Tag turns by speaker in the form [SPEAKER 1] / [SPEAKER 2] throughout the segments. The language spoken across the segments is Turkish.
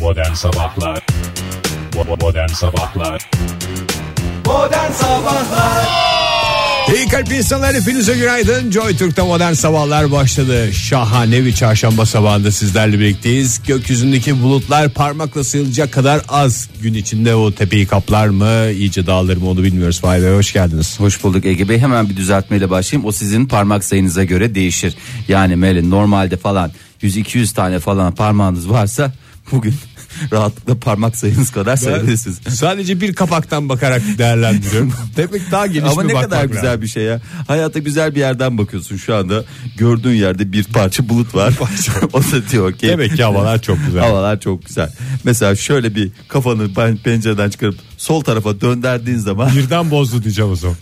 [SPEAKER 1] Modern Sabahlar Bo- Modern Sabahlar
[SPEAKER 2] Modern Sabahlar
[SPEAKER 3] İyi kalp insanlar hepinize günaydın. Joy Türk'te modern sabahlar başladı. Şahane bir çarşamba sabahında sizlerle birlikteyiz. Gökyüzündeki bulutlar parmakla sıyılacak kadar az. Gün içinde o tepeyi kaplar mı, iyice dağılır mı onu bilmiyoruz. Fahir Bey hoş geldiniz.
[SPEAKER 4] Hoş bulduk Ege Bey. Hemen bir düzeltmeyle başlayayım. O sizin parmak sayınıza göre değişir. Yani Melin normalde falan 100-200 tane falan parmağınız varsa bugün rahatlıkla parmak sayınız kadar sayabilirsiniz.
[SPEAKER 3] Sadece bir kapaktan bakarak değerlendiriyorum. Demek daha geniş
[SPEAKER 4] Ama
[SPEAKER 3] bir
[SPEAKER 4] ne
[SPEAKER 3] bakmak
[SPEAKER 4] kadar
[SPEAKER 3] lazım.
[SPEAKER 4] güzel bir şey ya. Hayata güzel bir yerden bakıyorsun şu anda. Gördüğün yerde bir parça bulut var. o da diyor ki
[SPEAKER 3] Demek ki havalar çok güzel.
[SPEAKER 4] Havalar çok güzel. Mesela şöyle bir kafanı pen- pencereden çıkarıp sol tarafa dönderdiğin zaman
[SPEAKER 3] Birden bozdu diyeceğim o zaman.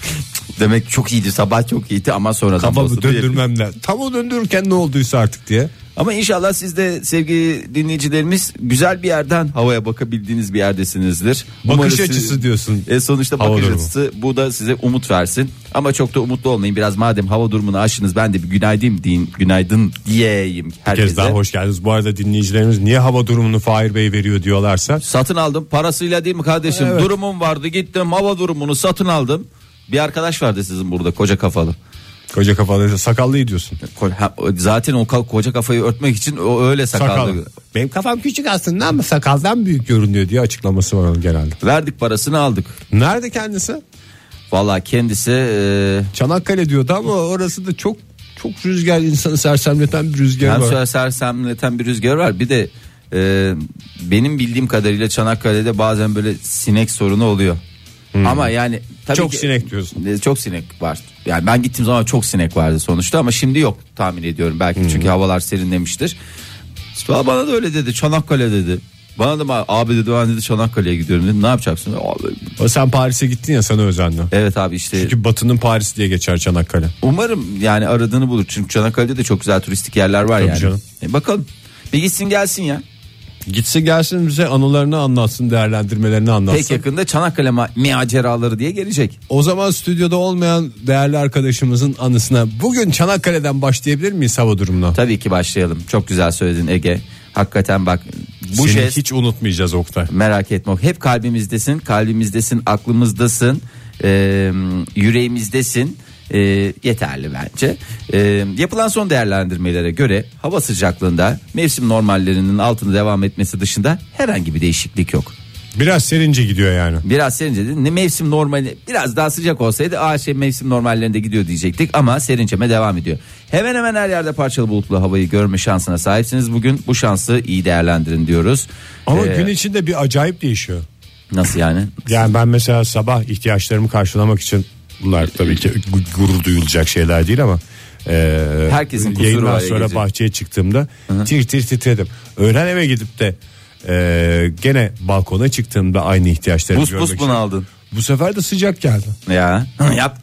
[SPEAKER 4] demek çok iyiydi sabah çok iyiydi ama sonradan
[SPEAKER 3] Kafamı
[SPEAKER 4] bozuldu diye-
[SPEAKER 3] döndürmem lazım. Tam o döndürürken ne olduysa artık diye.
[SPEAKER 4] Ama inşallah siz de sevgili dinleyicilerimiz güzel bir yerden havaya bakabildiğiniz bir yerdesinizdir.
[SPEAKER 3] Bakış
[SPEAKER 4] Umarız siz-
[SPEAKER 3] açısı diyorsun.
[SPEAKER 4] E sonuçta
[SPEAKER 3] Hava
[SPEAKER 4] bakış
[SPEAKER 3] durumu.
[SPEAKER 4] açısı bu da size umut versin. Ama çok da umutlu olmayın. Biraz madem hava durumunu aşınız ben de bir günaydın deyin, günaydın diyeyim herkese.
[SPEAKER 3] kez daha hoş geldiniz. Bu arada dinleyicilerimiz niye hava durumunu Fahir Bey veriyor diyorlarsa
[SPEAKER 4] Satın aldım parasıyla değil mi kardeşim?
[SPEAKER 3] Evet.
[SPEAKER 4] Durumum vardı gittim hava durumunu satın aldım. Bir arkadaş vardı sizin burada koca kafalı.
[SPEAKER 3] koca kafalı sakallı diyorsun.
[SPEAKER 4] Ko- ha, Zaten o ka- koca kafayı örtmek için o öyle sakallı.
[SPEAKER 3] Sakal. Benim kafam küçük aslında ama sakaldan büyük görünüyor diye açıklaması var onun genelde.
[SPEAKER 4] Verdik parasını aldık.
[SPEAKER 3] Nerede kendisi?
[SPEAKER 4] Valla kendisi e,
[SPEAKER 3] Çanakkale diyordu ama orası da çok çok rüzgar insanı sersemleten bir rüzgar
[SPEAKER 4] Hem
[SPEAKER 3] var.
[SPEAKER 4] şöyle sersemleten bir rüzgar var. Bir de e, benim bildiğim kadarıyla Çanakkale'de bazen böyle sinek sorunu oluyor. Ama yani tabii
[SPEAKER 3] Hmm. Çok
[SPEAKER 4] ki-
[SPEAKER 3] sinek diyorsun.
[SPEAKER 4] E, Çok sinek var. Yani ben gittiğim zaman çok sinek vardı sonuçta ama şimdi yok tahmin ediyorum
[SPEAKER 3] Hmm.
[SPEAKER 4] belki çünkü havalar serinlemiştir. Sonra bana da öyle dedi Çanakkale dedi. Bana da ma- abi dedi ben dedi Çanakkale'ye gidiyorum dedi. Ne yapacaksın? Abi,
[SPEAKER 3] O sen Paris'e gittin ya sana özendi.
[SPEAKER 4] evet abi işte
[SPEAKER 3] Çünkü Batı'nın Paris diye geçer Çanakkale.
[SPEAKER 4] Umarım yani aradığını bulur. Çünkü Çanakkale'de de çok güzel turistik yerler var
[SPEAKER 3] Tabii
[SPEAKER 4] yani.
[SPEAKER 3] canım.
[SPEAKER 4] E bakalım. Bir gitsin gelsin ya.
[SPEAKER 3] Gitsin gelsin bize anılarını anlatsın, değerlendirmelerini anlatsın.
[SPEAKER 4] Pek yakında Çanakkale ma- maceraları diye gelecek.
[SPEAKER 3] O zaman stüdyoda olmayan değerli arkadaşımızın anısına bugün Çanakkale'den başlayabilir miyiz hava durumuna?
[SPEAKER 4] Tabii ki başlayalım. Çok güzel söyledin Ege. Hakikaten bak bu
[SPEAKER 3] Bu şey- Seni
[SPEAKER 4] jest
[SPEAKER 3] hiç unutmayacağız Oktay.
[SPEAKER 4] merak etme. Hep kalbimizdesin, kalbimizdesin, aklımızdasın, e, yüreğimizdesin. E, yeterli bence. E, yapılan son değerlendirmelere göre hava sıcaklığında mevsim normallerinin altında devam etmesi dışında herhangi bir değişiklik yok.
[SPEAKER 3] Biraz serince gidiyor yani.
[SPEAKER 4] Biraz serince dedi. Ne mevsim normali biraz daha sıcak olsaydı aa şey mevsim normallerinde gidiyor diyecektik ama serinceme devam ediyor. Hemen hemen her yerde parçalı bulutlu havayı görme şansına sahipsiniz bugün. Bu şansı iyi değerlendirin diyoruz.
[SPEAKER 3] Ama
[SPEAKER 4] Ee,
[SPEAKER 3] gün içinde bir acayip değişiyor.
[SPEAKER 4] nasıl yani?
[SPEAKER 3] Yani ben mesela sabah ihtiyaçlarımı karşılamak için bunlar tabii ki gu- gurur duyulacak şeyler değil ama e,
[SPEAKER 4] Herkesin kusuru
[SPEAKER 3] yayından
[SPEAKER 4] var
[SPEAKER 3] sonra
[SPEAKER 4] Ege'ciğim.
[SPEAKER 3] bahçeye çıktığımda tir tir titredim. Öğlen eve gidip de e, gene balkona çıktığımda aynı ihtiyaçlarımı
[SPEAKER 4] Buz buz
[SPEAKER 3] görmek
[SPEAKER 4] bunu
[SPEAKER 3] için-
[SPEAKER 4] aldın.
[SPEAKER 3] Bu sefer de sıcak geldi.
[SPEAKER 4] Ya yap.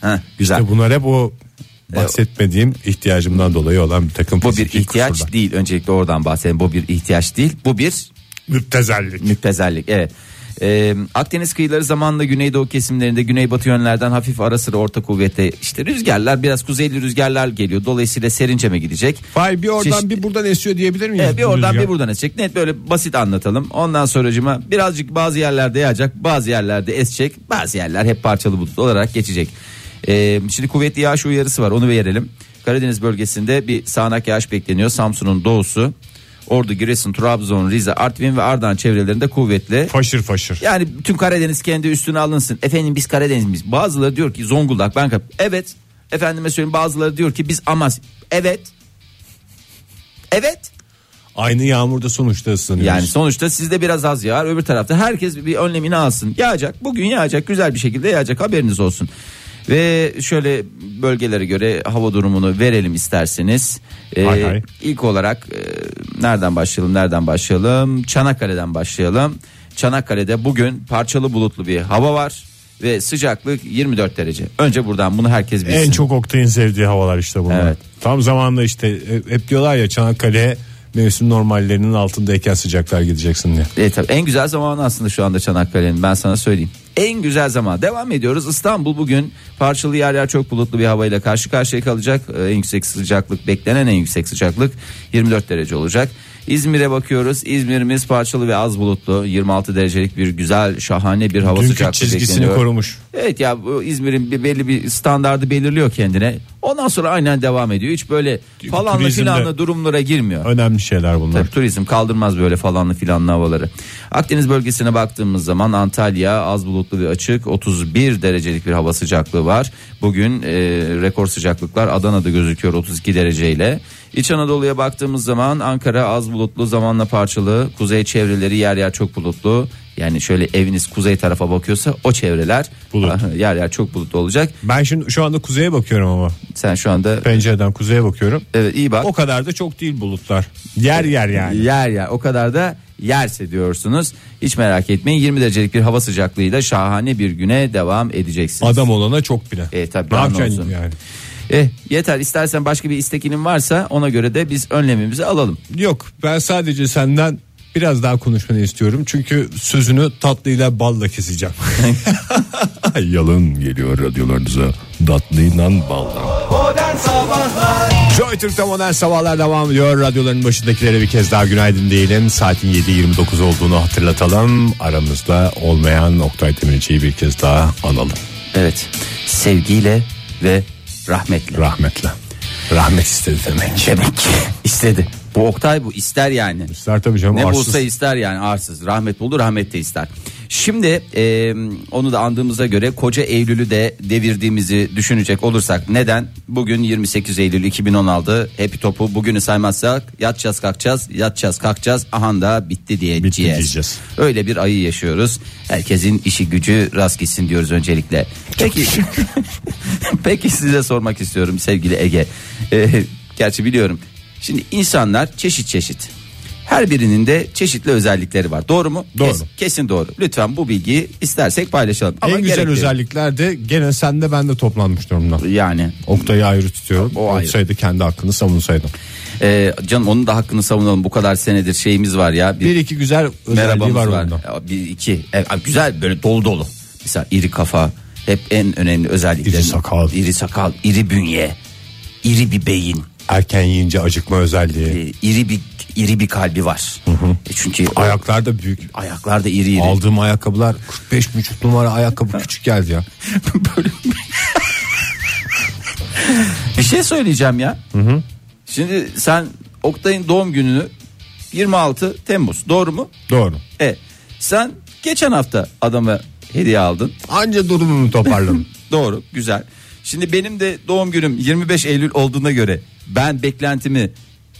[SPEAKER 4] Ha, güzel. E,
[SPEAKER 3] İşte bunlar hep o bahsetmediğim ihtiyacımdan dolayı olan bir takım
[SPEAKER 4] bu bir
[SPEAKER 3] fiziki
[SPEAKER 4] ihtiyaç
[SPEAKER 3] kusurlar.
[SPEAKER 4] değil. Öncelikle oradan bahsedelim. Bu bir ihtiyaç değil. Bu bir
[SPEAKER 3] Müptezellik.
[SPEAKER 4] Müptezellik evet. Ee, Akdeniz kıyıları zamanla güneydoğu kesimlerinde güneybatı yönlerden hafif ara sıra orta kuvvette işte rüzgarlar biraz kuzeyli rüzgarlar geliyor. Dolayısıyla serinceme gidecek.
[SPEAKER 3] Vay bir oradan
[SPEAKER 4] Çeşitli-
[SPEAKER 3] bir buradan esiyor diyebilir miyiz?
[SPEAKER 4] Evet, E, bir
[SPEAKER 3] bu
[SPEAKER 4] oradan
[SPEAKER 3] rüzgar?
[SPEAKER 4] bir buradan esecek. Net böyle basit anlatalım. Ondan sonracıma birazcık bazı yerlerde yağacak, bazı yerlerde esecek, bazı yerler hep parçalı bulut olarak geçecek. Ee, şimdi kuvvetli yağış uyarısı var. Onu verelim. Karadeniz bölgesinde bir sağanak yağış bekleniyor. Samsun'un doğusu, Ordu, Giresun, Trabzon, Rize, Artvin ve Ardahan çevrelerinde kuvvetli
[SPEAKER 3] Faşır faşır.
[SPEAKER 4] yani bütün Karadeniz kendi üstüne alınsın. Efendim biz Karadeniz miyiz? Bazıları diyor ki Zonguldak ben Kar- Evet. Efendime söyleyeyim bazıları diyor ki biz Amas. Evet. Evet.
[SPEAKER 3] Aynı yağmurda sonuçta ıslanıyoruz.
[SPEAKER 4] Yani sonuçta sizde biraz az yağar. Öbür tarafta herkes bir önlemini alsın. Yağacak. Bugün yağacak. Güzel bir şekilde yağacak. Haberiniz olsun. Ve şöyle bölgelere göre hava durumunu verelim isterseniz. Ee,
[SPEAKER 3] Hay hay.
[SPEAKER 4] İlk olarak e, nereden başlayalım? Nereden başlayalım? Çanakkale'den başlayalım. Çanakkale'de bugün parçalı bulutlu bir hava var ve sıcaklık 24 derece. Önce buradan bunu herkes bilsin.
[SPEAKER 3] En çok Oktay'ın sevdiği havalar işte bunlar.
[SPEAKER 4] Evet.
[SPEAKER 3] Tam zamanında işte hep- hep diyorlar ya Çanakkale mevsim normallerinin altındayken sıcaklar gideceksin diye.
[SPEAKER 4] E, tabii en güzel zamanı aslında şu anda Çanakkale'nin ben sana söyleyeyim. En güzel zaman. Devam ediyoruz. İstanbul bugün parçalı yer yer çok bulutlu bir havayla karşı karşıya kalacak. E, en yüksek sıcaklık beklenen en yüksek sıcaklık 24 derece olacak. İzmir'e bakıyoruz. İzmir'imiz parçalı ve az bulutlu. 26 derecelik bir güzel şahane bir hava
[SPEAKER 3] Dünkü
[SPEAKER 4] sıcaklığı
[SPEAKER 3] çizgisini
[SPEAKER 4] bekleniyor.
[SPEAKER 3] korumuş.
[SPEAKER 4] Evet ya bu İzmir'in bir belli bir standardı belirliyor kendine. Ondan sonra aynen devam ediyor. Hiç böyle falanlı
[SPEAKER 3] Turizmde-
[SPEAKER 4] filanlı durumlara girmiyor.
[SPEAKER 3] Önemli şeyler bunlar.
[SPEAKER 4] Tabii turizm kaldırmaz böyle falanlı filanlı havaları. Akdeniz bölgesine baktığımız zaman Antalya az bulutlu ve açık 31 derecelik bir hava sıcaklığı var. Bugün e, rekor sıcaklıklar Adana'da gözüküyor 32 dereceyle. İç Anadolu'ya baktığımız zaman Ankara az bulutlu zamanla parçalı. Kuzey çevreleri yer yer çok bulutlu. Yani şöyle eviniz kuzey tarafa bakıyorsa o çevreler
[SPEAKER 3] Bulut.
[SPEAKER 4] yer yer çok bulutlu olacak.
[SPEAKER 3] Ben şimdi şu anda kuzeye bakıyorum ama.
[SPEAKER 4] Sen şu anda
[SPEAKER 3] Pencereden kuzeye bakıyorum.
[SPEAKER 4] evet, iyi bak.
[SPEAKER 3] O kadar da çok değil bulutlar. Yer yer yani.
[SPEAKER 4] Yer yer o kadar da yerse diyorsunuz. Hiç merak etmeyin 20 derecelik bir hava sıcaklığıyla şahane bir güne devam edeceksiniz.
[SPEAKER 3] Adam olana çok bile.
[SPEAKER 4] E, tabii,
[SPEAKER 3] ne
[SPEAKER 4] daha ne
[SPEAKER 3] yapacaksın
[SPEAKER 4] olsun?
[SPEAKER 3] yani?
[SPEAKER 4] Eh, yeter istersen başka bir istekinin varsa ona göre de biz önlemimizi alalım.
[SPEAKER 3] Yok ben sadece senden biraz daha konuşmanı istiyorum. Çünkü sözünü tatlıyla balla keseceğim.
[SPEAKER 1] Yalın geliyor radyolarınıza. Datlıyla baldan.
[SPEAKER 2] Modern Sabahlar
[SPEAKER 3] Joy Türk'te modern sabahlar devam ediyor. Radyoların başındakilere bir kez daha günaydın diyelim. Saatin 7.29 olduğunu hatırlatalım. Aramızda olmayan Oktay Demirci'yi bir kez daha analım.
[SPEAKER 4] Evet sevgiyle ve rahmetle.
[SPEAKER 3] Rahmetle. Rahmet istedi demek.
[SPEAKER 4] Demek ki istedi. Bu Oktay bu ister yani.
[SPEAKER 3] İster tabii canım.
[SPEAKER 4] Ne
[SPEAKER 3] arsız.
[SPEAKER 4] bulsa ister yani arsız. Rahmet buldu rahmet de ister. Şimdi e, onu da andığımıza göre koca Eylül'ü de devirdiğimizi düşünecek olursak neden? Bugün 28 Eylül 2016 Happy Top'u bugünü saymazsak yatacağız kalkacağız yatacağız kalkacağız aha da bitti diye
[SPEAKER 3] Bitti
[SPEAKER 4] diyeceğiz.
[SPEAKER 3] diyeceğiz.
[SPEAKER 4] Öyle bir ayı yaşıyoruz. Herkesin işi gücü rast gitsin diyoruz öncelikle. Peki, peki size sormak istiyorum sevgili Ege. Ee, gerçi biliyorum. Şimdi insanlar çeşit çeşit. Her birinin de çeşitli özellikleri var. Doğru mu?
[SPEAKER 3] Doğru.
[SPEAKER 4] Kes- kesin doğru. Lütfen bu bilgiyi istersek paylaşalım. Ama
[SPEAKER 3] En güzel
[SPEAKER 4] gerekli-
[SPEAKER 3] özellikler de gene sende bende toplanmış durumda.
[SPEAKER 4] Yani
[SPEAKER 3] Oktay'ı ayrı tutuyorum.
[SPEAKER 4] O ayrı.
[SPEAKER 3] Olsaydı kendi hakkını savunsaydım.
[SPEAKER 4] e, canım onun da hakkını savunalım. Bu kadar senedir şeyimiz var ya.
[SPEAKER 3] Bir iki güzel özelliği
[SPEAKER 4] Merhabamız
[SPEAKER 3] var,
[SPEAKER 4] var.
[SPEAKER 3] onda.
[SPEAKER 4] Ya Bir iki. Evet, abi güzel böyle dolu dolu. Mesela iri kafa hep en önemli özellikleri.
[SPEAKER 3] İri sakal.
[SPEAKER 4] İri sakal, iri bünye, iri bir beyin,
[SPEAKER 3] Erken yiyince acıkma
[SPEAKER 4] e,
[SPEAKER 3] özelliği.
[SPEAKER 4] iri bir iri bir kalbi var. E Çünkü o-
[SPEAKER 3] Ayaklar da büyük.
[SPEAKER 4] ayaklar da iri iri.
[SPEAKER 3] Aldığım ayakkabılar 45 buçuk numara ayakkabı küçük geldi ya.
[SPEAKER 4] Böyle- bir şey söyleyeceğim ya. Şimdi sen Oktay'ın doğum gününü 26 Temmuz doğru mu?
[SPEAKER 3] Doğru.
[SPEAKER 4] E sen geçen hafta adama hediye aldın.
[SPEAKER 3] Anca durumunu toparladım.
[SPEAKER 4] Doğru güzel. Şimdi benim de doğum günüm 25 Eylül olduğuna göre ben beklentimi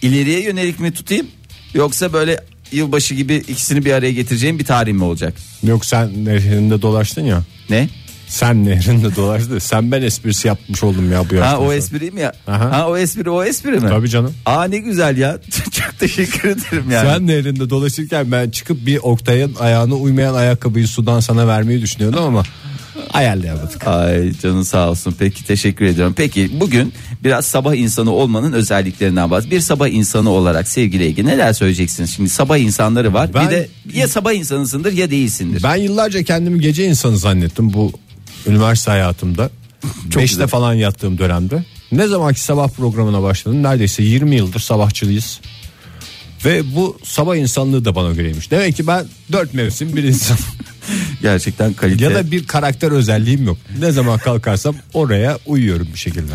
[SPEAKER 4] ileriye yönelik mi tutayım yoksa böyle yılbaşı gibi ikisini bir araya getireceğim bir tarih mi olacak?
[SPEAKER 3] Yok sen nehrinde dolaştın ya.
[SPEAKER 4] Ne?
[SPEAKER 3] Sen nehrinde dolaştın. Sen ben esprisi yapmış oldum ya bu
[SPEAKER 4] Ha
[SPEAKER 3] yaştan
[SPEAKER 4] o
[SPEAKER 3] sonra.
[SPEAKER 4] espri mi ya?
[SPEAKER 3] Aha.
[SPEAKER 4] Ha o espri o espri mi?
[SPEAKER 3] Tabii canım.
[SPEAKER 4] Aa ne güzel ya. Çok teşekkür ederim yani.
[SPEAKER 3] Sen nehrinde dolaşırken ben çıkıp bir Oktay'ın ayağına uymayan ayakkabıyı sudan sana vermeyi düşünüyordum ama ayarlayamadık.
[SPEAKER 4] Ay canın sağ olsun. Peki teşekkür ediyorum. Peki bugün biraz sabah insanı olmanın özelliklerinden bahs. Bir sabah insanı olarak sevgili Ege neler söyleyeceksiniz? Şimdi sabah insanları var.
[SPEAKER 3] Ben-
[SPEAKER 4] Bir de ya sabah insanısındır ya değilsindir.
[SPEAKER 3] Ben yıllarca kendimi gece insanı zannettim bu üniversite hayatımda.
[SPEAKER 4] Çok
[SPEAKER 3] Beşte
[SPEAKER 4] güzel.
[SPEAKER 3] falan yattığım dönemde. Ne zamanki sabah programına başladım neredeyse 20 yıldır sabahçılıyız. Ve bu sabah insanlığı da bana göreymiş. Demek ki ben dört mevsim bir insan.
[SPEAKER 4] Gerçekten kalite.
[SPEAKER 3] ya da bir karakter özelliğim yok. Ne zaman kalkarsam oraya uyuyorum bir şekilde.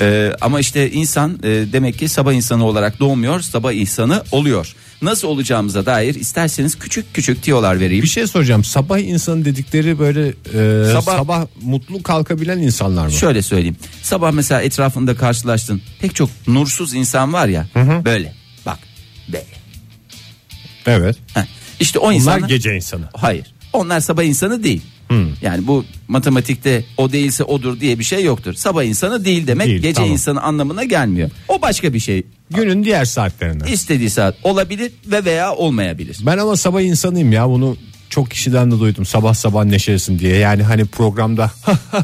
[SPEAKER 4] Ee, ama işte insan e, demek ki sabah insanı olarak doğmuyor. Sabah insanı oluyor. Nasıl olacağımıza dair isterseniz küçük küçük tiyolar vereyim.
[SPEAKER 3] Bir şey soracağım. Sabah insanı dedikleri böyle e, sabah,
[SPEAKER 4] Sabah-
[SPEAKER 3] mutlu kalkabilen insanlar mı?
[SPEAKER 4] Şöyle söyleyeyim. Sabah mesela etrafında karşılaştın. Pek çok nursuz insan var ya. Böyle. Bak. Böyle.
[SPEAKER 3] Evet.
[SPEAKER 4] Heh. İşte o
[SPEAKER 3] Bunlar
[SPEAKER 4] insanlar
[SPEAKER 3] gece insanı.
[SPEAKER 4] Hayır. Onlar sabah insanı değil. Yani bu matematikte o değilse odur diye bir şey yoktur. Sabah insanı değil demek
[SPEAKER 3] Değil,
[SPEAKER 4] gece
[SPEAKER 3] tamam.
[SPEAKER 4] insanı anlamına gelmiyor. O başka bir şey.
[SPEAKER 3] Günün diğer saatlerinde.
[SPEAKER 4] İstediği saat olabilir ve veya olmayabilir.
[SPEAKER 3] Ben ama sabah insanıyım ya bunu çok kişiden de duydum sabah sabah neşelisin diye yani hani programda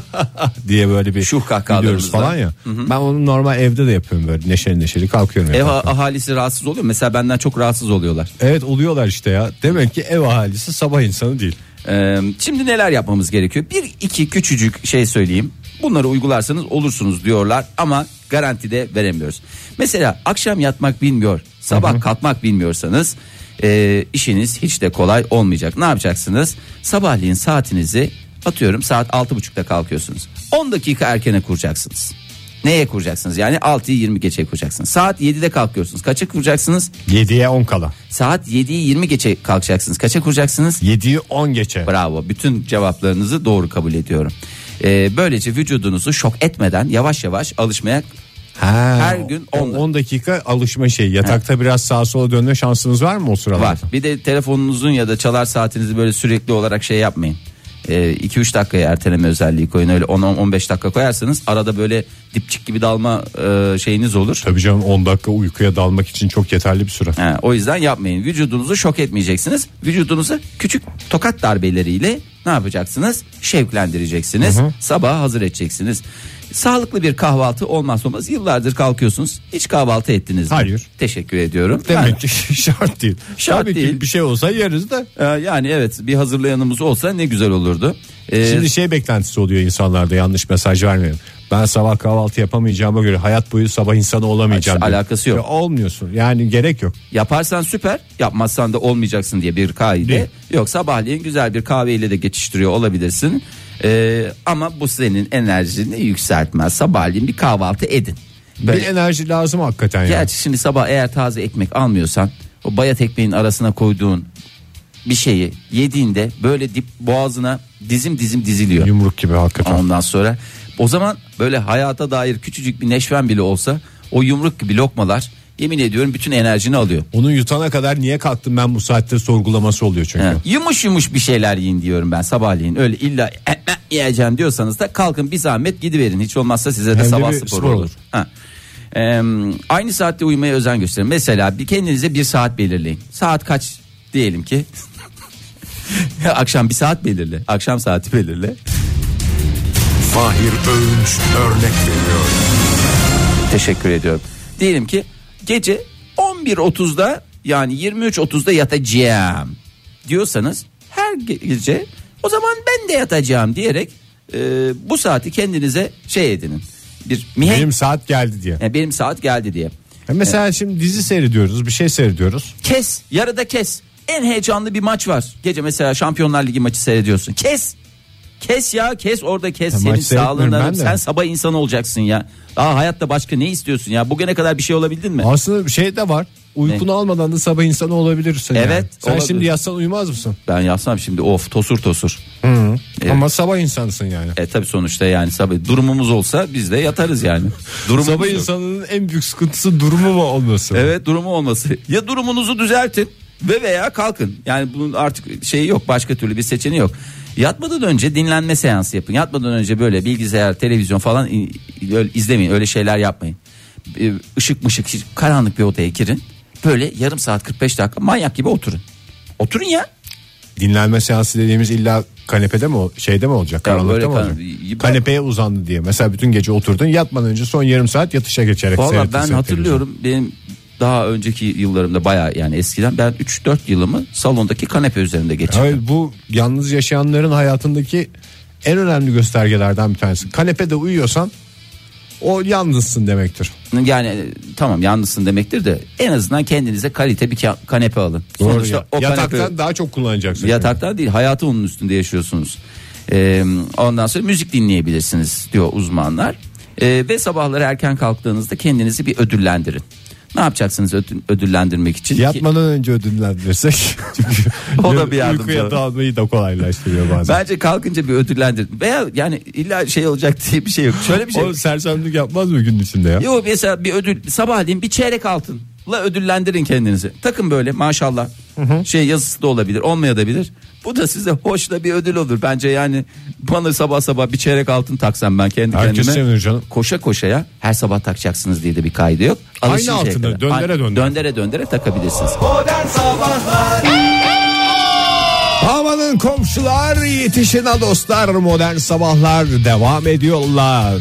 [SPEAKER 3] diye böyle bir
[SPEAKER 4] Şuh
[SPEAKER 3] gidiyoruz
[SPEAKER 4] kahkahalarımızla.
[SPEAKER 3] falan ya. Ben onu normal evde de yapıyorum böyle neşeli neşeli kalkıyorum.
[SPEAKER 4] Ev
[SPEAKER 3] yataktan.
[SPEAKER 4] ahalisi rahatsız oluyor. Mesela benden çok rahatsız oluyorlar.
[SPEAKER 3] Evet oluyorlar işte ya demek ki ev ahalisi sabah insanı değil.
[SPEAKER 4] Ee, şimdi neler yapmamız gerekiyor? Bir iki küçücük şey söyleyeyim. Bunları uygularsanız olursunuz diyorlar ama garanti de veremiyoruz. Mesela akşam yatmak bilmiyor. Sabah kalkmak bilmiyorsanız e, işiniz hiç de kolay olmayacak. Ne yapacaksınız? Sabahleyin saatinizi atıyorum saat 6.30'da kalkıyorsunuz. 10 dakika erkene kuracaksınız. Neye kuracaksınız? Yani 6'yı 20 geçe kuracaksınız. Saat 7'de kalkıyorsunuz. Kaça kuracaksınız?
[SPEAKER 3] 7'ye 10 kala.
[SPEAKER 4] Saat 7'yi 20 geçe kalkacaksınız. Kaça kuracaksınız?
[SPEAKER 3] 7'yi 10 geçe.
[SPEAKER 4] Bravo. Bütün cevaplarınızı doğru kabul ediyorum. Ee, böylece vücudunuzu şok etmeden yavaş yavaş alışmaya
[SPEAKER 3] Ha,
[SPEAKER 4] Her gün
[SPEAKER 3] o
[SPEAKER 4] 10 dakika.
[SPEAKER 3] 10 dakika alışma şeyi. Yatakta biraz sağa sola dönme şansınız var mı o sıralarda?
[SPEAKER 4] var. Bir de telefonunuzun ya da çalar saatinizi böyle sürekli olarak şey yapmayın. 2-3 dakikaya erteleme özelliği koyun öyle 10-15 dakika koyarsanız arada böyle dipçik gibi dalma e, şeyiniz olur.
[SPEAKER 3] Tabii canım 10 dakika uykuya dalmak için çok yeterli bir süre.
[SPEAKER 4] He, o yüzden yapmayın. Vücudunuzu şok etmeyeceksiniz. Vücudunuzu küçük tokat darbeleriyle ne yapacaksınız? Şevklendireceksiniz. Sabaha hazır edeceksiniz. Sağlıklı bir kahvaltı olmaz olmaz. Yıllardır kalkıyorsunuz. Hiç kahvaltı ettiniz mi?
[SPEAKER 3] Hayır.
[SPEAKER 4] Teşekkür ediyorum.
[SPEAKER 3] Demek ki şart değil.
[SPEAKER 4] Şart
[SPEAKER 3] Tabii
[SPEAKER 4] değil.
[SPEAKER 3] ki bir şey olsa yeriz de.
[SPEAKER 4] Ee, yani evet bir hazırlayanımız olsa ne güzel olurdu. Ee,
[SPEAKER 3] Şimdi şey beklentisi oluyor insanlarda yanlış mesaj vermeyin. Ben sabah kahvaltı yapamayacağıma göre hayat boyu sabah insanı olamayacağım.
[SPEAKER 4] Hiç
[SPEAKER 3] diyor.
[SPEAKER 4] alakası yok.
[SPEAKER 3] Ya olmuyorsun yani gerek yok.
[SPEAKER 4] Yaparsan süper, yapmazsan da olmayacaksın diye bir
[SPEAKER 3] Değil.
[SPEAKER 4] kaide. Yok sabahleyin güzel bir kahveyle de geçiştiriyor olabilirsin. Ee, ama bu senin enerjini yükseltmez. Sabahleyin bir kahvaltı edin.
[SPEAKER 3] Bir enerji lazım hakikaten ya.
[SPEAKER 4] Gerçi şimdi sabah eğer taze ekmek almıyorsan o bayat ekmeğin arasına koyduğun bir şeyi yediğinde böyle dip boğazına dizim dizim diziliyor.
[SPEAKER 3] Yumruk gibi hakikaten.
[SPEAKER 4] Ondan sonra o zaman böyle hayata dair küçücük bir neşven bile olsa o yumruk gibi lokmalar yemin ediyorum bütün enerjini alıyor.
[SPEAKER 3] Onu yutana kadar niye kalktım ben bu saatte sorgulaması oluyor çünkü.
[SPEAKER 4] He, Yumuş yumuş bir şeyler yiyin diyorum ben sabahleyin. Öyle illa "Eh, yiyeceğim diyorsanız da kalkın bir zahmet gidiverin. Hiç olmazsa size de
[SPEAKER 3] Hem de
[SPEAKER 4] sabah
[SPEAKER 3] bir
[SPEAKER 4] sporu
[SPEAKER 3] spor
[SPEAKER 4] olur.
[SPEAKER 3] olur.
[SPEAKER 4] Ha. Ee, aynı saatte uyumaya özen gösterin. Mesela bir kendinize bir saat belirleyin. Saat kaç diyelim ki? Akşam bir saat belirle. Akşam saati belirle.
[SPEAKER 5] Fahir Öğünç örnek veriyor.
[SPEAKER 4] Teşekkür ediyorum. Diyelim ki gece 11.30'da yani 23.30'da yatacağım diyorsanız her ge- gece o zaman ben de yatacağım diyerek e, bu saati kendinize şey edinin. Bir mihenk
[SPEAKER 3] Benim
[SPEAKER 4] Yani
[SPEAKER 3] saat geldi diye.
[SPEAKER 4] benim, saat geldi diye.
[SPEAKER 3] Ya Mesela şimdi dizi seyrediyoruz, bir şey seyrediyoruz.
[SPEAKER 4] Kes yarıda kes. En heyecanlı bir maç var. Gece mesela Şampiyonlar Ligi maçı seyrediyorsun. Kes. Kes ya kes orada kes
[SPEAKER 3] Ya
[SPEAKER 4] senin
[SPEAKER 3] maç seyretmiyorum
[SPEAKER 4] sağlığın
[SPEAKER 3] ben
[SPEAKER 4] önemli.
[SPEAKER 3] de.
[SPEAKER 4] Sen sabah insan olacaksın ya. Daha hayatta başka ne istiyorsun ya? Bugüne kadar bir şey olabildin mi?
[SPEAKER 3] Aslında bir şey de var. Uykunu almadan da sabah insanı olabilirsin. yani.
[SPEAKER 4] Evet,
[SPEAKER 3] Sen
[SPEAKER 4] olabilir.
[SPEAKER 3] şimdi yatsan uyumaz mısın?
[SPEAKER 4] Ben yazsam şimdi of tosur tosur. Evet.
[SPEAKER 3] Ama sabah insansın yani.
[SPEAKER 4] E tabi sonuçta yani sabah durumumuz olsa biz de yatarız yani. Durumumuz
[SPEAKER 3] Sabah
[SPEAKER 4] yok.
[SPEAKER 3] insanının en büyük sıkıntısı durumu mu olması?
[SPEAKER 4] Evet durumu olması. Ya durumunuzu düzeltin ve veya kalkın. Yani bunun artık şeyi yok başka türlü bir seçeneği yok. Yatmadan önce dinlenme seansı yapın. Yatmadan önce böyle bilgisayar, televizyon falan i- i- öyle izlemeyin. Öyle şeyler yapmayın. E, Işık mışık hiç- karanlık bir odaya girin. Böyle yarım saat 45 dakika manyak gibi oturun. Oturun ya.
[SPEAKER 3] Dinlenme seansı dediğimiz illa kanepede mi o- şeyde mi olacak?
[SPEAKER 4] Ya
[SPEAKER 3] Karanlıkta
[SPEAKER 4] böyle
[SPEAKER 3] mı
[SPEAKER 4] kan-
[SPEAKER 3] olacak?
[SPEAKER 4] y-
[SPEAKER 3] Kanepeye uzandı diye. Mesela bütün gece oturdun yatmadan önce son yarım saat yatışa geçerek
[SPEAKER 4] Valla
[SPEAKER 3] seyrettin
[SPEAKER 4] ben
[SPEAKER 3] sen
[SPEAKER 4] hatırlıyorum benim daha önceki yıllarımda baya yani eskiden ben 3-4 yılımı salondaki kanepe üzerinde geçirdim.
[SPEAKER 3] televizyonu. Hayır, bu yalnız yaşayanların hayatındaki en önemli göstergelerden bir tanesi. Kanepede uyuyorsan o yalnızsın demektir.
[SPEAKER 4] Yani e, tamam yalnızsın demektir de en azından kendinize kalite bir ka- kanepe alın.
[SPEAKER 3] Doğru
[SPEAKER 4] Sonuçta
[SPEAKER 3] ya.
[SPEAKER 4] o
[SPEAKER 3] Yataktan
[SPEAKER 4] kanepe
[SPEAKER 3] daha çok kullanacaksın. çünkü.
[SPEAKER 4] yataktan değil hayatı onun üstünde yaşıyorsunuz. Ee, ondan sonra müzik dinleyebilirsiniz diyor uzmanlar. Ee, ve sabahları erken kalktığınızda kendinizi bir ödüllendirin. Ne yapacaksınız ödül- ödüllendirmek için? Ki-
[SPEAKER 3] Yatmadan önce ödüllendirsek çünkü
[SPEAKER 4] O da bir yardımcı
[SPEAKER 3] uykuya
[SPEAKER 4] olur.
[SPEAKER 3] dalmayı da kolaylaştırıyor bazen.
[SPEAKER 4] Bence kalkınca bir ödüllendirin. Veya yani illa şey olacak diye bir şey yok. Şöyle bir şey.
[SPEAKER 3] O sersemlik yapmaz mı gün içinde ya?
[SPEAKER 4] Yok mesela bir ödül sabahleyin bir çeyrek altınla ödüllendirin kendinizi. Takın böyle maşallah. Şey yazısı da olabilir, olmaya da bilir. Bu da size hoş da bir ödül olur bence yani. Bana sabah sabah bir çeyrek altın taksam ben kendi
[SPEAKER 3] Herkes
[SPEAKER 4] kendime.
[SPEAKER 3] sevinir canım.
[SPEAKER 4] Koşa koşaya her sabah takacaksınız diye de bir kaydı yok.
[SPEAKER 3] Aynı
[SPEAKER 4] Alışıncaya
[SPEAKER 3] altını
[SPEAKER 4] kadar.
[SPEAKER 3] döndere
[SPEAKER 4] Aynı-
[SPEAKER 3] döndere.
[SPEAKER 4] Döndere döndere takabilirsiniz.
[SPEAKER 2] Modern Sabahlar
[SPEAKER 3] Amanın komşular yetişin ha dostlar modern sabahlar devam ediyorlar.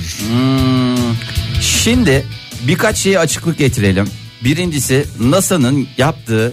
[SPEAKER 4] Şimdi birkaç şeye açıklık getirelim. Birincisi NASA'nın yaptığı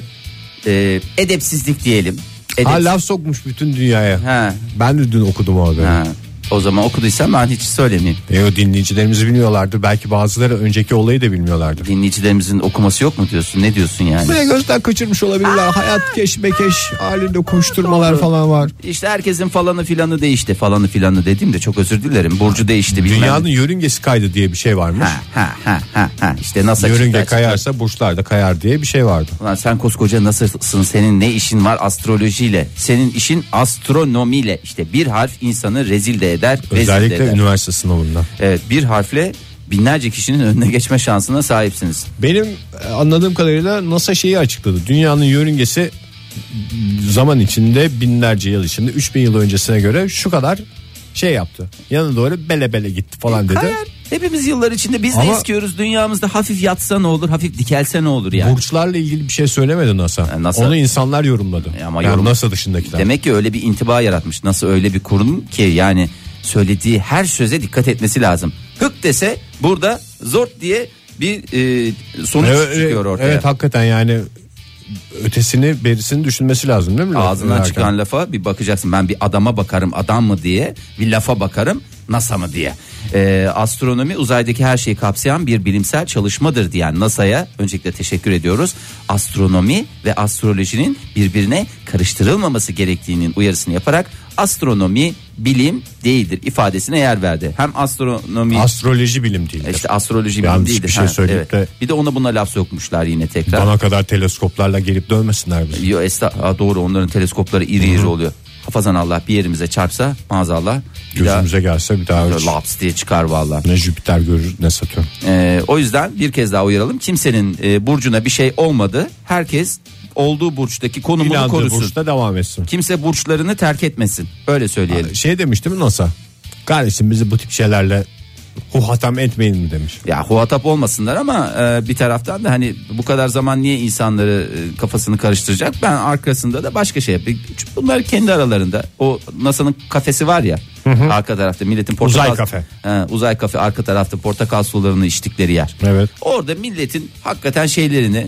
[SPEAKER 4] e, edepsizlik diyelim. Edepsiz-
[SPEAKER 3] Ha laf sokmuş bütün dünyaya.
[SPEAKER 4] Ha.
[SPEAKER 3] Ben de dün okudum o haberi.
[SPEAKER 4] Ha. O zaman okuduysam ben hiç söylemeyeyim.
[SPEAKER 3] E o dinleyicilerimiz bilmiyorlardır. Belki bazıları önceki olayı da bilmiyorlardır.
[SPEAKER 4] Dinleyicilerimizin okuması yok mu diyorsun? Ne diyorsun yani?
[SPEAKER 3] Böyle gözden kaçırmış olabilirler. Hayat keşmekeş halinde koşturmalar falan var.
[SPEAKER 4] İşte herkesin falanı filanı değişti. Falanı filanı dediğimde çok özür dilerim. Burcu değişti bilmem.
[SPEAKER 3] Dünyanın yörüngesi kaydı diye bir şey varmış.
[SPEAKER 4] Ha, ha, ha, ha, ha. İşte NASA çıktı,
[SPEAKER 3] Yörünge
[SPEAKER 4] açıkladı.
[SPEAKER 3] kayarsa burçlar da kayar diye bir şey vardı.
[SPEAKER 4] Ulan sen koskoca nasılsın senin ne işin var astrolojiyle senin işin astronomiyle işte bir harf insanı rezil de eder rezil de
[SPEAKER 3] Özellikle
[SPEAKER 4] eder.
[SPEAKER 3] üniversite sınavında.
[SPEAKER 4] Evet bir harfle binlerce kişinin önüne geçme şansına sahipsiniz.
[SPEAKER 3] Benim e, anladığım kadarıyla NASA şeyi açıkladı. Dünyanın yörüngesi zaman içinde binlerce yıl içinde 3000 yıl öncesine göre şu kadar şey yaptı. Yana doğru bele bele gitti falan dedi.
[SPEAKER 4] Kayar. Hepimiz yıllar içinde biz
[SPEAKER 3] Ama-
[SPEAKER 4] de istiyoruz dünyamızda hafif yatsa ne olur hafif dikelse ne olur yani.
[SPEAKER 3] Burçlarla ilgili bir şey söylemedi NASA.
[SPEAKER 4] E, NASA-
[SPEAKER 3] Onu insanlar yorumladı.
[SPEAKER 4] E, ama
[SPEAKER 3] yani
[SPEAKER 4] yorum-
[SPEAKER 3] NASA dışındakiler.
[SPEAKER 4] Demek ki öyle bir intiba yaratmış. Nasıl öyle bir kurum ki yani söylediği her söze dikkat etmesi lazım. Hık dese burada zort diye bir e, sonuç
[SPEAKER 3] Evet, evet,
[SPEAKER 4] çıkıyor ortaya.
[SPEAKER 3] Evet hakikaten yani ötesini berisini düşünmesi lazım değil mi?
[SPEAKER 4] Ağzından
[SPEAKER 3] Dinlerken.
[SPEAKER 4] çıkan lafa bir bakacaksın. Ben bir adama bakarım adam mı diye. Bir lafa bakarım NASA mı diye. Ee, astronomi uzaydaki her şeyi kapsayan bir bilimsel çalışmadır diyen NASA'ya öncelikle teşekkür ediyoruz. Astronomi ve astrolojinin birbirine karıştırılmaması gerektiğinin uyarısını yaparak astronomi bilim değildir ifadesine yer verdi. Hem astronomi
[SPEAKER 3] Astroloji bilim değil.
[SPEAKER 4] E, işte astroloji bilim
[SPEAKER 3] Yanlış
[SPEAKER 4] değildir.
[SPEAKER 3] bir şey söyleyip de-
[SPEAKER 4] Bir de ona buna laf sokmuşlar yine tekrar.
[SPEAKER 3] Bana kadar teleskoplarla gelip dönmesinler bizi.
[SPEAKER 4] Yo, esta- Aa, doğru onların teleskopları iri iri oluyor. Hafazan Allah bir yerimize çarpsa maazallah bir daha
[SPEAKER 3] Gözümüze gelse bir daha
[SPEAKER 4] böyle laps diye çıkar vallahi.
[SPEAKER 3] ne Jüpiter görür ne Satürn.
[SPEAKER 4] Ee, o yüzden bir kez daha uyaralım. Kimsenin e, burcuna bir şey olmadı. Herkes olduğu burçtaki konumunu
[SPEAKER 3] İnandığı
[SPEAKER 4] korusun.
[SPEAKER 3] burçta devam etsin.
[SPEAKER 4] Kimse burçlarını terk etmesin. Öyle söyleyelim.
[SPEAKER 3] Şey demiş değil mi NASA? Kardeşim bizi bu tip şeylerle huhatam etmeyin mi demiş.
[SPEAKER 4] Ya huhatap olmasınlar ama e, bir taraftan da hani bu kadar zaman niye insanları e, kafasını karıştıracak? Ben arkasında da başka şey yapayım. Çünkü Bunlar kendi aralarında. O NASA'nın kafesi var ya. Arka tarafta milletin portakal
[SPEAKER 3] Uzay kafe.
[SPEAKER 4] He, uzay kafe arka tarafta portakal sularını içtikleri yer.
[SPEAKER 3] Evet.
[SPEAKER 4] Orada milletin hakikaten şeylerini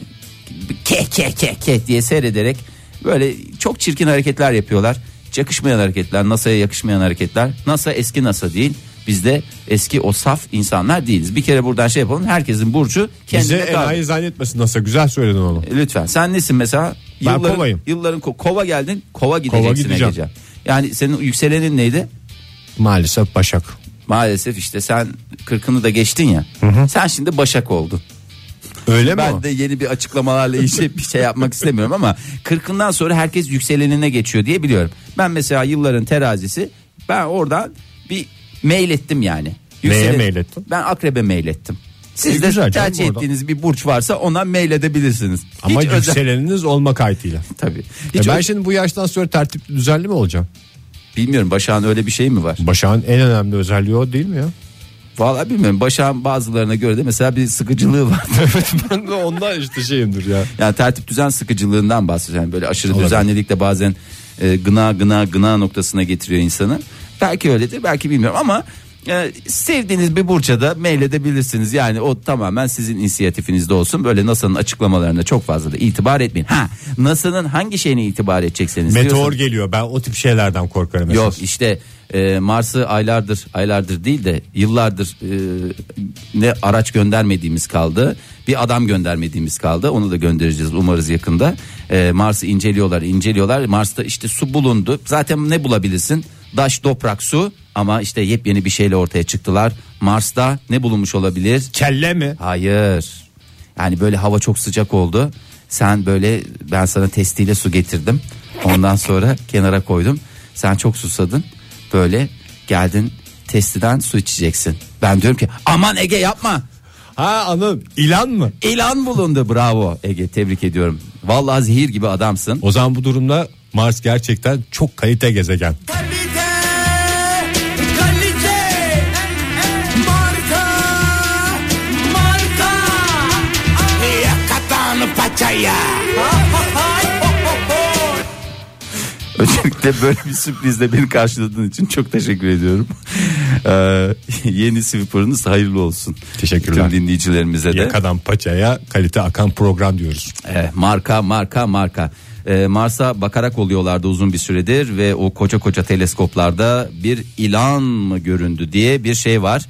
[SPEAKER 4] keh keh keh keh diye seyrederek böyle çok çirkin hareketler yapıyorlar. Hiç yakışmayan hareketler, NASA'ya yakışmayan hareketler. NASA eski NASA değil. Biz de eski o saf insanlar değiliz. Bir kere buradan şey yapalım. Herkesin burcu
[SPEAKER 3] Bize
[SPEAKER 4] kendine kaldı.
[SPEAKER 3] enayi zannetmesin NASA. Güzel söyledin onu.
[SPEAKER 4] Lütfen. Sen nesin mesela?
[SPEAKER 3] Ben kovayım.
[SPEAKER 4] Yılların ko- kova geldin. Kova gideceksin
[SPEAKER 3] gideceğim.
[SPEAKER 4] Ege'ciğim. Yani senin yükselenin neydi?
[SPEAKER 3] Maalesef Başak.
[SPEAKER 4] Maalesef işte sen kırkını da geçtin ya. Sen şimdi başak oldun.
[SPEAKER 3] Öyle mi
[SPEAKER 4] Ben
[SPEAKER 3] o?
[SPEAKER 4] de yeni bir açıklamalarla işe bir şey yapmak istemiyorum ama 40'ından sonra herkes yükselenine geçiyor diye biliyorum. Ben mesela yılların terazisi ben oradan bir mail ettim yani.
[SPEAKER 3] Neye mail ettin?
[SPEAKER 4] Ben akrebe mail ettim. Siz
[SPEAKER 3] E,
[SPEAKER 4] de
[SPEAKER 3] güzel canım
[SPEAKER 4] tercih
[SPEAKER 3] oradan.
[SPEAKER 4] ettiğiniz bir burç varsa ona mail edebilirsiniz.
[SPEAKER 3] Ama
[SPEAKER 4] Hiç özel-
[SPEAKER 3] yükseleniniz olma kaydıyla.
[SPEAKER 4] Tabii.
[SPEAKER 3] E
[SPEAKER 4] Hiç
[SPEAKER 3] ben
[SPEAKER 4] ö-
[SPEAKER 3] şimdi bu yaştan sonra tertipli düzenli mi olacağım?
[SPEAKER 4] bilmiyorum Başak'ın öyle bir şey mi var?
[SPEAKER 3] Başak'ın en önemli özelliği o değil mi ya?
[SPEAKER 4] Vallahi bilmiyorum. Başak'ın bazılarına göre de mesela bir sıkıcılığı var.
[SPEAKER 3] ben de ondan işte şeyimdir ya.
[SPEAKER 4] Yani tertip düzen sıkıcılığından bahsediyorum. Yani böyle aşırı
[SPEAKER 3] Olabilir.
[SPEAKER 4] düzenlilik de bazen e, gına gına gına noktasına getiriyor insanı. Belki öyledir belki bilmiyorum ama e, sevdiğiniz bir burça da mail edebilirsiniz. Yani o tamamen sizin inisiyatifinizde olsun. Böyle NASA'nın açıklamalarına çok fazla da itibar etmeyin. Ha NASA'nın hangi şeyine itibar edecekseniz.
[SPEAKER 3] Meteor
[SPEAKER 4] diyorsanız-
[SPEAKER 3] geliyor. Ben o tip şeylerden korkarım.
[SPEAKER 4] Yok
[SPEAKER 3] esas.
[SPEAKER 4] işte e, Mars'ı aylardır aylardır değil de yıllardır e, ne araç göndermediğimiz kaldı. Bir adam göndermediğimiz kaldı. Onu da göndereceğiz umarız yakında. E, Mars'ı inceliyorlar, inceliyorlar. Mars'ta işte su bulundu. Zaten ne bulabilirsin? Daş, toprak, su ama işte yepyeni bir şeyle ortaya çıktılar. Mars'ta ne bulunmuş olabilir?
[SPEAKER 3] Kelle mi?
[SPEAKER 4] Hayır. Yani böyle hava çok sıcak oldu. Sen böyle ben sana testiyle su getirdim. Ondan sonra kenara koydum. Sen çok susadın. Böyle geldin testiden su içeceksin. Ben diyorum ki aman Ege yapma.
[SPEAKER 3] Ha anladım. İlan mı?
[SPEAKER 4] İlan bulundu bravo Ege tebrik ediyorum. Vallahi zehir gibi adamsın.
[SPEAKER 3] O zaman bu durumda Mars gerçekten çok kalite gezegen.
[SPEAKER 2] Kalite, kalite, marka, marka. Yakatan paçaya.
[SPEAKER 4] Öncelikle böyle bir sürprizle beni karşıladığın için çok teşekkür ediyorum. Ee, yeni Swiffer'ınız hayırlı olsun.
[SPEAKER 3] Teşekkürler.
[SPEAKER 4] Tüm dinleyicilerimize de.
[SPEAKER 3] Yakadan paçaya kalite akan program diyoruz.
[SPEAKER 4] Eh, marka marka marka. e, Mars'a bakarak oluyorlardı uzun bir süredir ve o koca koca teleskoplarda bir ilan mı göründü diye bir şey var.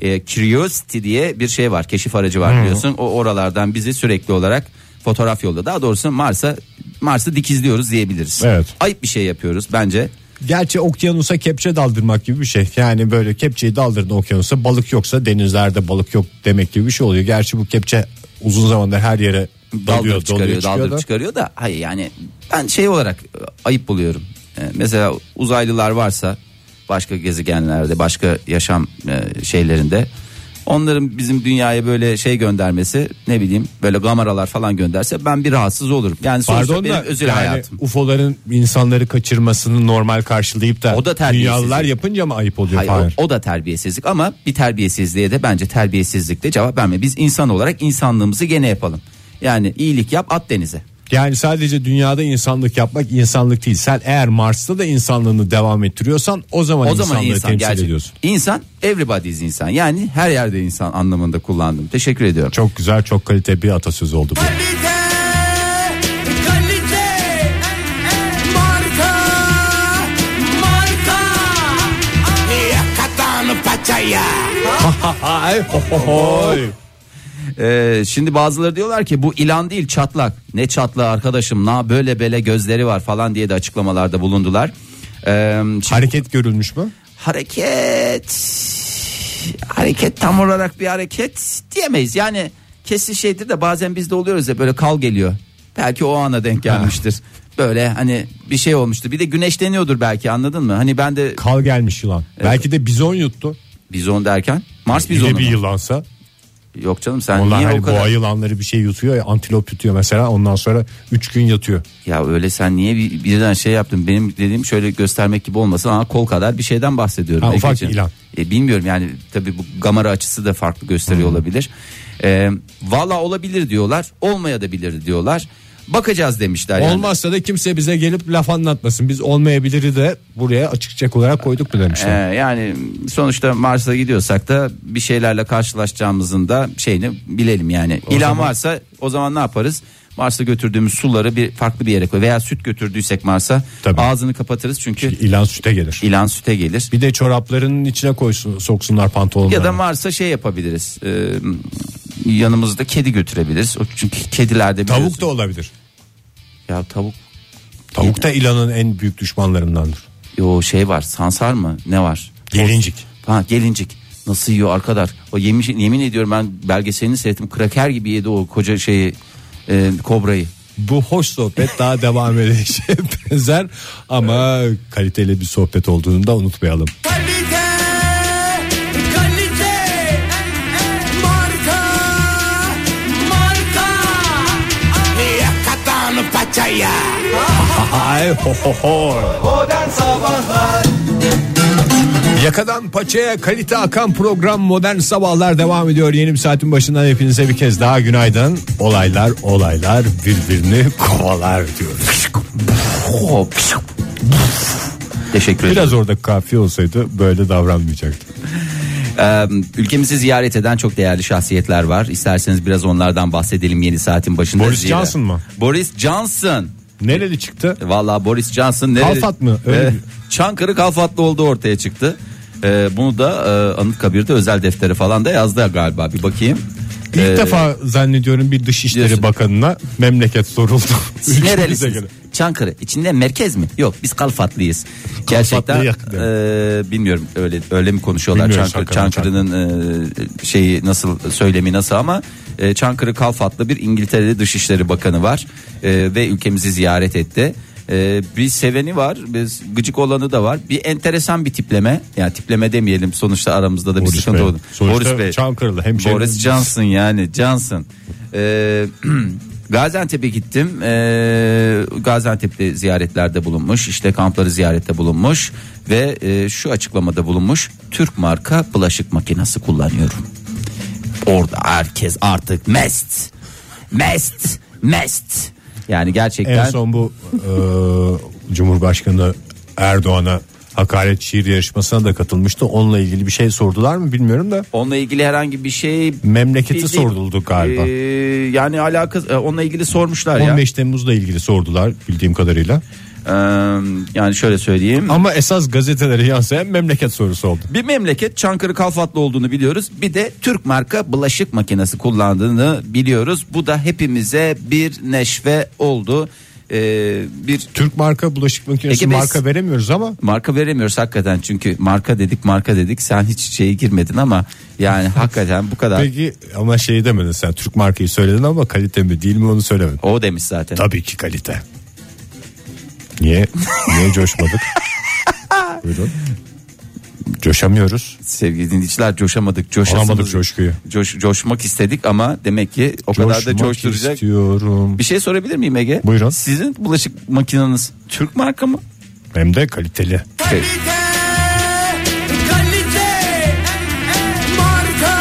[SPEAKER 4] E, Curiosity diye bir şey var keşif aracı var biliyorsun o oralardan bizi sürekli olarak fotoğraf yolla daha doğrusu Mars'a Mars'ı dikizliyoruz diyebiliriz.
[SPEAKER 3] Evet.
[SPEAKER 4] Ayıp bir şey yapıyoruz bence.
[SPEAKER 3] Gerçi okyanusa kepçe daldırmak gibi bir şey. Yani böyle kepçeyi daldırdın okyanusa balık yoksa denizlerde balık yok demek gibi bir şey oluyor. Gerçi bu kepçe uzun zamandır her yere dalıyor,
[SPEAKER 4] daldırıp
[SPEAKER 3] doluyor,
[SPEAKER 4] çıkarıyor,
[SPEAKER 3] çıkıyor
[SPEAKER 4] daldırıp
[SPEAKER 3] da.
[SPEAKER 4] çıkarıyor da hayır yani ben şey olarak e, ayıp buluyorum. E, mesela uzaylılar varsa başka gezegenlerde, başka yaşam e, şeylerinde onların bizim dünyaya böyle şey göndermesi ne bileyim böyle kameralar falan gönderse ben bir rahatsız olurum. Yani sonuçta
[SPEAKER 3] Pardon
[SPEAKER 4] benim
[SPEAKER 3] da
[SPEAKER 4] özel
[SPEAKER 3] yani
[SPEAKER 4] hayatım.
[SPEAKER 3] UFO'ların insanları kaçırmasını normal karşılayıp da
[SPEAKER 4] O da terbiyesizlik.
[SPEAKER 3] dünyalılar yapınca mı ayıp oluyor?
[SPEAKER 4] Hayır,
[SPEAKER 3] Fahir?
[SPEAKER 4] o, o da terbiyesizlik ama bir terbiyesizliğe de bence terbiyesizlikle cevap verme. Biz insan olarak insanlığımızı gene yapalım. Yani iyilik yap at denize.
[SPEAKER 3] Yani sadece dünyada insanlık yapmak insanlık değil. Sen eğer Mars'ta da insanlığını devam ettiriyorsan o zaman,
[SPEAKER 4] O zaman
[SPEAKER 3] insanlığı
[SPEAKER 4] insan
[SPEAKER 3] Hani temsil
[SPEAKER 4] gerçek.
[SPEAKER 3] ediyorsun.
[SPEAKER 4] İnsan everybody's insan. Yani her yerde insan anlamında kullandım. Teşekkür ediyorum.
[SPEAKER 3] Çok güzel çok kalite bir atasözü oldu bu.
[SPEAKER 2] Kalite, kalite, marka, marka.
[SPEAKER 6] Yakatan paçaya.
[SPEAKER 4] Ee, şimdi bazıları diyorlar ki bu ilan değil çatlak. Ne çatlağı arkadaşım na böyle böyle gözleri var falan diye de açıklamalarda bulundular. Ee, şimdi
[SPEAKER 3] Hareket görülmüş mü?
[SPEAKER 4] hareket hareket tam olarak bir hareket diyemeyiz. Yani kesin şeydir de bazen biz de oluyoruz ya böyle kal geliyor. Belki o ana denk gelmiştir. Böyle hani bir şey olmuştu. Bir de güneşleniyordur belki anladın mı? Hani ben de
[SPEAKER 3] Kal gelmiş yılan. Belki de bizon yuttu.
[SPEAKER 4] bizon derken Mars
[SPEAKER 3] Bir de
[SPEAKER 4] bizonu.
[SPEAKER 3] bir
[SPEAKER 4] mu?
[SPEAKER 3] yılansa.
[SPEAKER 4] Yok canım sen
[SPEAKER 3] Onlar
[SPEAKER 4] niye
[SPEAKER 3] hani
[SPEAKER 4] o kadar
[SPEAKER 3] boğa yılanları bir şey yutuyor ya antilop yutuyor mesela ondan sonra 3 gün yatıyor.
[SPEAKER 4] ya öyle sen niye bir, birden şey yaptın benim dediğim şöyle göstermek gibi olmasın ama kol kadar bir şeyden bahsediyorum.
[SPEAKER 3] Ha, ufak
[SPEAKER 4] Egeciğim.
[SPEAKER 3] bir ilan.
[SPEAKER 4] E, bilmiyorum yani tabi bu kamera açısı da farklı gösteriyor
[SPEAKER 3] Hmm.
[SPEAKER 4] olabilir. E, Valla olabilir diyorlar olmaya da bilir diyorlar. Bakacağız demişler yani.
[SPEAKER 3] Olmazsa da kimse bize gelip laf anlatmasın. Biz olmayabiliri de buraya açıkçak olarak koyduk mu
[SPEAKER 4] E,
[SPEAKER 3] demişler.
[SPEAKER 4] yani sonuçta Mars'a gidiyorsak da bir şeylerle karşılaşacağımızın da şeyini bilelim yani. ilan varsa o zaman ne yaparız? Mars'a götürdüğümüz suları bir farklı bir yere koy veya süt götürdüysek Mars'a
[SPEAKER 3] Tabii.
[SPEAKER 4] ağzını kapatırız çünkü
[SPEAKER 3] İlan süte gelir.
[SPEAKER 4] ilan süte gelir.
[SPEAKER 3] Bir de çoraplarının içine koysun soksunlar pantolonlarını.
[SPEAKER 4] Ya da varsa şey yapabiliriz. Ee, yanımızda kedi götürebiliriz. O- Çünkü kedilerde
[SPEAKER 3] Tavuk
[SPEAKER 4] biliyorsun-
[SPEAKER 3] da olabilir.
[SPEAKER 4] Ya tavuk.
[SPEAKER 3] Tavuk da ilanın en büyük düşmanlarındandır.
[SPEAKER 4] Yo şey var. Sansar mı? Ne var?
[SPEAKER 3] Gelincik.
[SPEAKER 4] Ha gelincik. Nasıl yiyor arkadaş? O yemiş, yemin ediyorum ben belgeselini seyrettim. Kraker gibi yedi o koca şeyi. e, kobrayı.
[SPEAKER 3] Bu hoş sohbet daha devam edeceğe benzer ama kaliteli bir sohbet olduğunu da unutmayalım.
[SPEAKER 2] Kalite, kalite, marka, marka.
[SPEAKER 6] Yakatan paçaya.
[SPEAKER 3] Yakadan paçaya kalite akan program Modern Sabahlar devam ediyor. Yeni bir saatin başından hepinize bir kez daha günaydın. Olaylar olaylar birbirini kovalar diyoruz.
[SPEAKER 4] Teşekkür ederim.
[SPEAKER 3] Biraz orada kafiye olsaydı böyle davranmayacaktı.
[SPEAKER 4] Ee, ülkemizi ziyaret eden çok değerli şahsiyetler var. İsterseniz biraz onlardan bahsedelim yeni saatin başında.
[SPEAKER 3] Boris
[SPEAKER 4] Zira-
[SPEAKER 3] Johnson mı?
[SPEAKER 4] Boris Johnson.
[SPEAKER 3] Nereli çıktı?
[SPEAKER 4] E, Vallahi Boris Johnson nereli?
[SPEAKER 3] Kalfat mı? Öyle
[SPEAKER 4] Ee,
[SPEAKER 3] mi?
[SPEAKER 4] Çankırı Kalfatlı olduğu ortaya çıktı. Ee, bunu da e, Anıtkabir'de özel defteri falan da yazdı galiba. Bir bakayım. E,
[SPEAKER 3] İlk defa zannediyorum bir Dışişleri
[SPEAKER 4] biliyorsun.
[SPEAKER 3] Bakanı'na memleket soruldu.
[SPEAKER 4] Siz
[SPEAKER 3] Ülkemize
[SPEAKER 4] nerelisiniz?
[SPEAKER 3] göre.
[SPEAKER 4] Çankırı. İçinde merkez mi? Yok biz Kalfatlıyız. Gerçekten
[SPEAKER 3] yakın demek.
[SPEAKER 4] e, bilmiyorum öyle öyle mi konuşuyorlar
[SPEAKER 3] Bilmiyoruz
[SPEAKER 4] Çankırı,
[SPEAKER 3] hakikaten.
[SPEAKER 4] Çankırı'nın e, şeyi nasıl söylemi nasıl ama e, Çankırı Kalfatlı bir İngiltere'li Dışişleri Bakanı var E, ve ülkemizi ziyaret etti. E, bir seveni var, biz gıcık olanı da var. Bir enteresan bir tipleme. Yani tipleme demeyelim. Sonuçta aramızda da bir
[SPEAKER 3] Boris
[SPEAKER 4] sıkıntı
[SPEAKER 3] Bey.
[SPEAKER 4] oldu.
[SPEAKER 3] Sonuçta Çankırılı, hemşehrimiz.
[SPEAKER 4] Boris Johnson yani Johnson. Ee, Gaziantep'e gittim. Ee, Gaziantep'te ziyaretlerde bulunmuş. İşte kampları ziyarette bulunmuş. Ve e, şu açıklamada bulunmuş. Türk marka bulaşık makinesi kullanıyorum. Orada herkes artık mest. Mest. Mest. Yani gerçekten
[SPEAKER 3] En son bu e, Cumhurbaşkanı Erdoğan'a hakaret şiir yarışmasına da katılmıştı. Onunla ilgili bir şey sordular mı bilmiyorum da.
[SPEAKER 4] Onunla ilgili herhangi bir şey
[SPEAKER 3] Memleketi
[SPEAKER 4] Bildi-
[SPEAKER 3] soruldu galiba.
[SPEAKER 4] Ee, yani alakası e, onunla ilgili sormuşlar ya.
[SPEAKER 3] 15 Temmuz'la ilgili sordular bildiğim kadarıyla.
[SPEAKER 4] Ee, yani şöyle söyleyeyim.
[SPEAKER 3] Ama esas gazetelere yansıyan memleket sorusu oldu.
[SPEAKER 4] Bir memleket Çankırı Kalfatlı olduğunu biliyoruz. Bir de Türk marka bulaşık makinesi kullandığını biliyoruz. Bu da hepimize bir neşve oldu. Ee, bir
[SPEAKER 3] Türk marka bulaşık makinesi
[SPEAKER 4] Ege Bey-
[SPEAKER 3] marka veremiyoruz ama
[SPEAKER 4] marka veremiyoruz hakikaten çünkü marka dedik marka dedik sen hiç şeye girmedin ama yani hakikaten bu kadar
[SPEAKER 3] peki ama şey demedin sen Türk markayı söyledin ama kalite mi değil mi onu söylemedin.
[SPEAKER 4] o demiş zaten.
[SPEAKER 3] Tabii ki kalite. Niye? Niye coşmadık? Buyurun. Coşamıyoruz.
[SPEAKER 4] Sevgili dinleyiciler coşamadık coşasımız.
[SPEAKER 3] Alamadık coşkuyu.
[SPEAKER 4] Coş- coşmak istedik ama demek ki o kadar da
[SPEAKER 3] Coşmak
[SPEAKER 4] coşturacak.
[SPEAKER 3] istiyorum.
[SPEAKER 4] Bir şey sorabilir miyim Ege?
[SPEAKER 3] Buyurun.
[SPEAKER 4] Sizin bulaşık makineniz Türk marka mı?
[SPEAKER 3] Hem de kaliteli.
[SPEAKER 4] Şey,
[SPEAKER 2] Kalite, kalite, marka,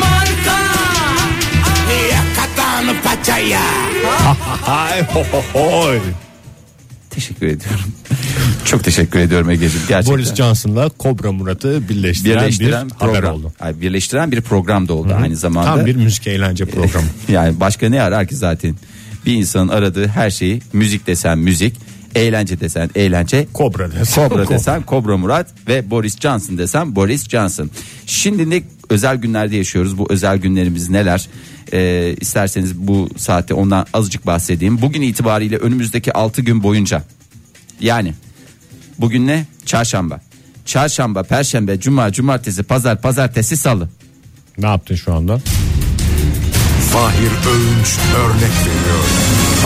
[SPEAKER 2] marka.
[SPEAKER 7] Yakatan paçaya.
[SPEAKER 3] Ay ho ho hoy.
[SPEAKER 4] teşekkür ediyorum. Çok teşekkür ediyorum Ege'ciğim gerçekten.
[SPEAKER 3] Boris Johnson'la Kobra Murat'ı birleştiren,
[SPEAKER 4] birleştiren
[SPEAKER 3] bir haber
[SPEAKER 4] program.
[SPEAKER 3] oldu.
[SPEAKER 4] Ay, birleştiren bir program da oldu aynı zamanda.
[SPEAKER 3] Tam bir müzik eğlence programı.
[SPEAKER 4] Yani başka ne arar ki zaten? Bir insanın aradığı her şeyi müzik desen müzik, eğlence desen eğlence,
[SPEAKER 3] Kobra desen.
[SPEAKER 4] Kobra desen Kobra Murat ve Boris Johnson desen Boris Johnson. Şimdi ne özel günlerde yaşıyoruz. Bu özel günlerimiz neler? Ee, isterseniz bu saatte ondan azıcık bahsedeyim. Bugün itibariyle önümüzdeki 6 gün boyunca yani bugün ne? Çarşamba. Çarşamba, perşembe, cuma, cumartesi, pazar, pazartesi, salı.
[SPEAKER 3] Ne yaptın şu anda?
[SPEAKER 8] Fahir Öğünç örnek veriyor.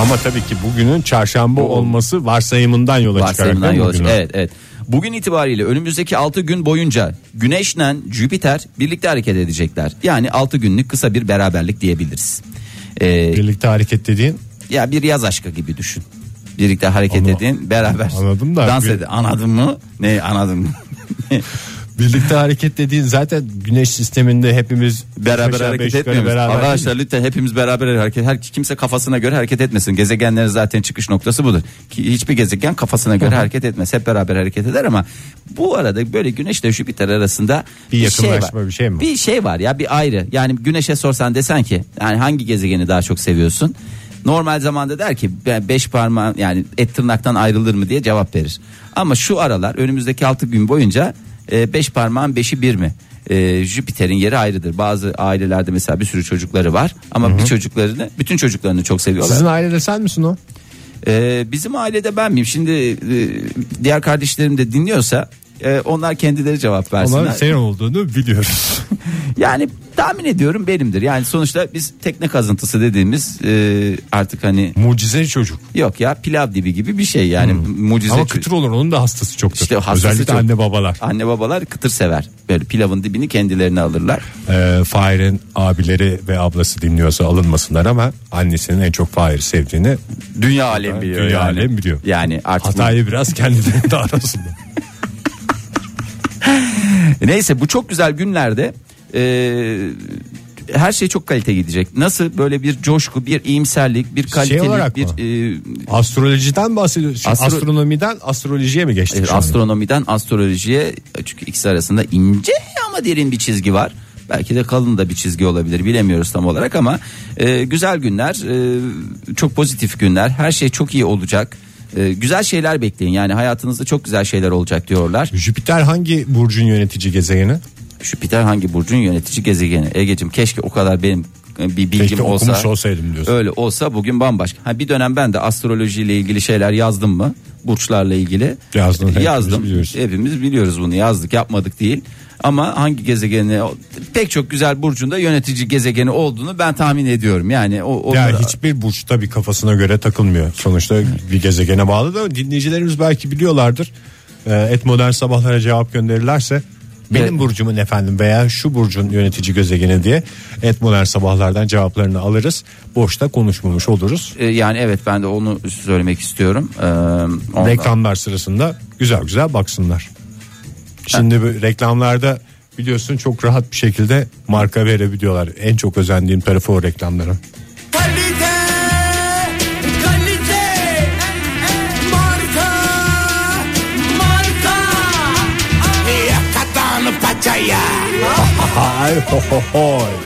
[SPEAKER 3] Ama tabii ki bugünün çarşamba olması varsayımından yola çıkarak.
[SPEAKER 4] Varsayımdan
[SPEAKER 3] değil mi
[SPEAKER 4] yola çık-
[SPEAKER 3] bugünün?
[SPEAKER 4] Evet evet. Bugün itibariyle önümüzdeki 6 gün boyunca Güneş'le Jüpiter birlikte hareket edecekler. Yani 6 günlük kısa bir beraberlik diyebiliriz. Ee,
[SPEAKER 3] Birlikte hareket dediğin
[SPEAKER 4] ya bir yaz aşkı gibi düşün. Birlikte hareket
[SPEAKER 3] Onu
[SPEAKER 4] edin beraber.
[SPEAKER 3] anladım da
[SPEAKER 4] Dans
[SPEAKER 3] bir-
[SPEAKER 4] edin. Anladın mı? Ne anladın mı?
[SPEAKER 3] Birlikte hareket dediğin zaten güneş sisteminde hepimiz
[SPEAKER 4] beraber
[SPEAKER 3] üç aşağı beş
[SPEAKER 4] hareket
[SPEAKER 3] yukarı
[SPEAKER 4] etmiyoruz.
[SPEAKER 3] beraber değil
[SPEAKER 4] Arkadaşlar
[SPEAKER 3] mi?
[SPEAKER 4] lütfen hepimiz beraber hareket. Her kimse kafasına göre hareket etmesin. Gezegenlerin zaten çıkış noktası budur. Ki hiçbir gezegen kafasına göre hareket etmez. Hep beraber hareket eder ama bu arada böyle Güneşle Jüpiter arasında
[SPEAKER 3] Bir
[SPEAKER 4] şey
[SPEAKER 3] yakınlaşma,
[SPEAKER 4] var.
[SPEAKER 3] bir şey mi?
[SPEAKER 4] Bir şey var ya bir ayrı. Yani Güneş'e sorsan desen ki yani hangi gezegeni daha çok seviyorsun? Normal zamanda der ki "Ben beş parmağın yani et tırnaktan ayrılır mı diye cevap verir. Ama şu aralar önümüzdeki altı gün boyunca e, beş parmağın beşi bir mi? E, Jüpiter'in yeri ayrıdır. Bazı ailelerde mesela bir sürü çocukları var ama bir çocuklarını bütün çocuklarını çok seviyorlar.
[SPEAKER 3] Sizin ailede sen misin o?
[SPEAKER 4] Ee, bizim ailede ben miyim? Şimdi e, diğer kardeşlerim de dinliyorsa e, onlar kendileri cevap versinler.
[SPEAKER 3] Onların senin olduğunu biliyoruz.
[SPEAKER 4] Yani tahmin ediyorum benimdir. Yani sonuçta biz tekne kazıntısı dediğimiz e, artık hani
[SPEAKER 3] Mucize çocuk.
[SPEAKER 4] yok ya pilav dibi gibi bir şey yani mucize.
[SPEAKER 3] Hmm. Ama kıtır olur onun da hastası çoktur.
[SPEAKER 4] İşte hastası
[SPEAKER 3] Özellikle
[SPEAKER 4] çok- Ah.
[SPEAKER 3] anne babalar.
[SPEAKER 4] Anne babalar kıtır sever. Böyle pilavın dibini kendilerine alırlar.
[SPEAKER 3] Ee, Fahir'in abileri ve ablası dinliyorsa alınmasınlar ama annesinin en çok Fahir sevdiğini
[SPEAKER 4] Dünya alem biliyor
[SPEAKER 3] dünya
[SPEAKER 4] yani.
[SPEAKER 3] alem biliyor.
[SPEAKER 4] Yani artık
[SPEAKER 3] hatayı biraz kendileri de arasınlar.
[SPEAKER 4] Neyse bu çok güzel günlerde e, her şey çok kalite gidecek. Nasıl böyle bir coşku, bir iyimserlik, bir kalitelik,
[SPEAKER 3] Şey olarak
[SPEAKER 4] bir
[SPEAKER 3] mı?
[SPEAKER 4] e,
[SPEAKER 3] Astrolojiden bahsediyoruz. Şimdi
[SPEAKER 4] Astro-
[SPEAKER 3] Astronomiden astrolojiye mi geçtik?
[SPEAKER 4] e,
[SPEAKER 3] şu anda?
[SPEAKER 4] astronomiden astrolojiye çünkü ikisi arasında ince ama derin bir çizgi var. Belki de kalın da bir çizgi olabilir bilemiyoruz tam olarak ama e, güzel günler, e, çok pozitif günler, her şey çok iyi olacak. E, güzel şeyler bekleyin yani hayatınızda çok güzel şeyler olacak diyorlar.
[SPEAKER 3] Jüpiter hangi burcun yönetici gezegeni?
[SPEAKER 4] Jüpiter hangi burcun yönetici gezegeni? Egeciğim keşke o kadar benim e, bir bilgim
[SPEAKER 3] Keşke
[SPEAKER 4] olsa.
[SPEAKER 3] okumuş olsaydım diyorsun.
[SPEAKER 4] Öyle olsa bugün bambaşka. Ha bir dönem ben de astrolojiyle ilgili şeyler yazdım mı? Burçlarla ilgili.
[SPEAKER 3] Yazdın, hepimiz
[SPEAKER 4] Yazdım.
[SPEAKER 3] biliyoruz.
[SPEAKER 4] Hepimiz biliyoruz bunu. Yazdık, yapmadık değil. Ama hangi gezegeni pek çok güzel burcunda yönetici gezegeni olduğunu ben tahmin ediyorum. Yani o
[SPEAKER 3] Ya
[SPEAKER 4] onlara-
[SPEAKER 3] hiçbir burç tabii kafasına göre takılmıyor. Sonuçta bir gezegene bağlı da dinleyicilerimiz belki biliyorlardır. Ee, Et modern sabahlara cevap gönderirlerse benim
[SPEAKER 4] Evet.
[SPEAKER 3] burcumun efendim veya şu burcun yönetici gezegeni diye et modern sabahlardan cevaplarını alırız. Boşta konuşmamış oluruz.
[SPEAKER 4] E, yani evet ben de onu söylemek istiyorum. Ee, ondan-
[SPEAKER 3] Reklamlar sırasında güzel güzel baksınlar. Şimdi bu reklamlarda biliyorsun çok rahat bir şekilde marka verebiliyorlar. En çok özendiğim tarafı o reklamların.
[SPEAKER 2] Kalite, kalite, marka, marka.
[SPEAKER 3] Ay ho ho hoy.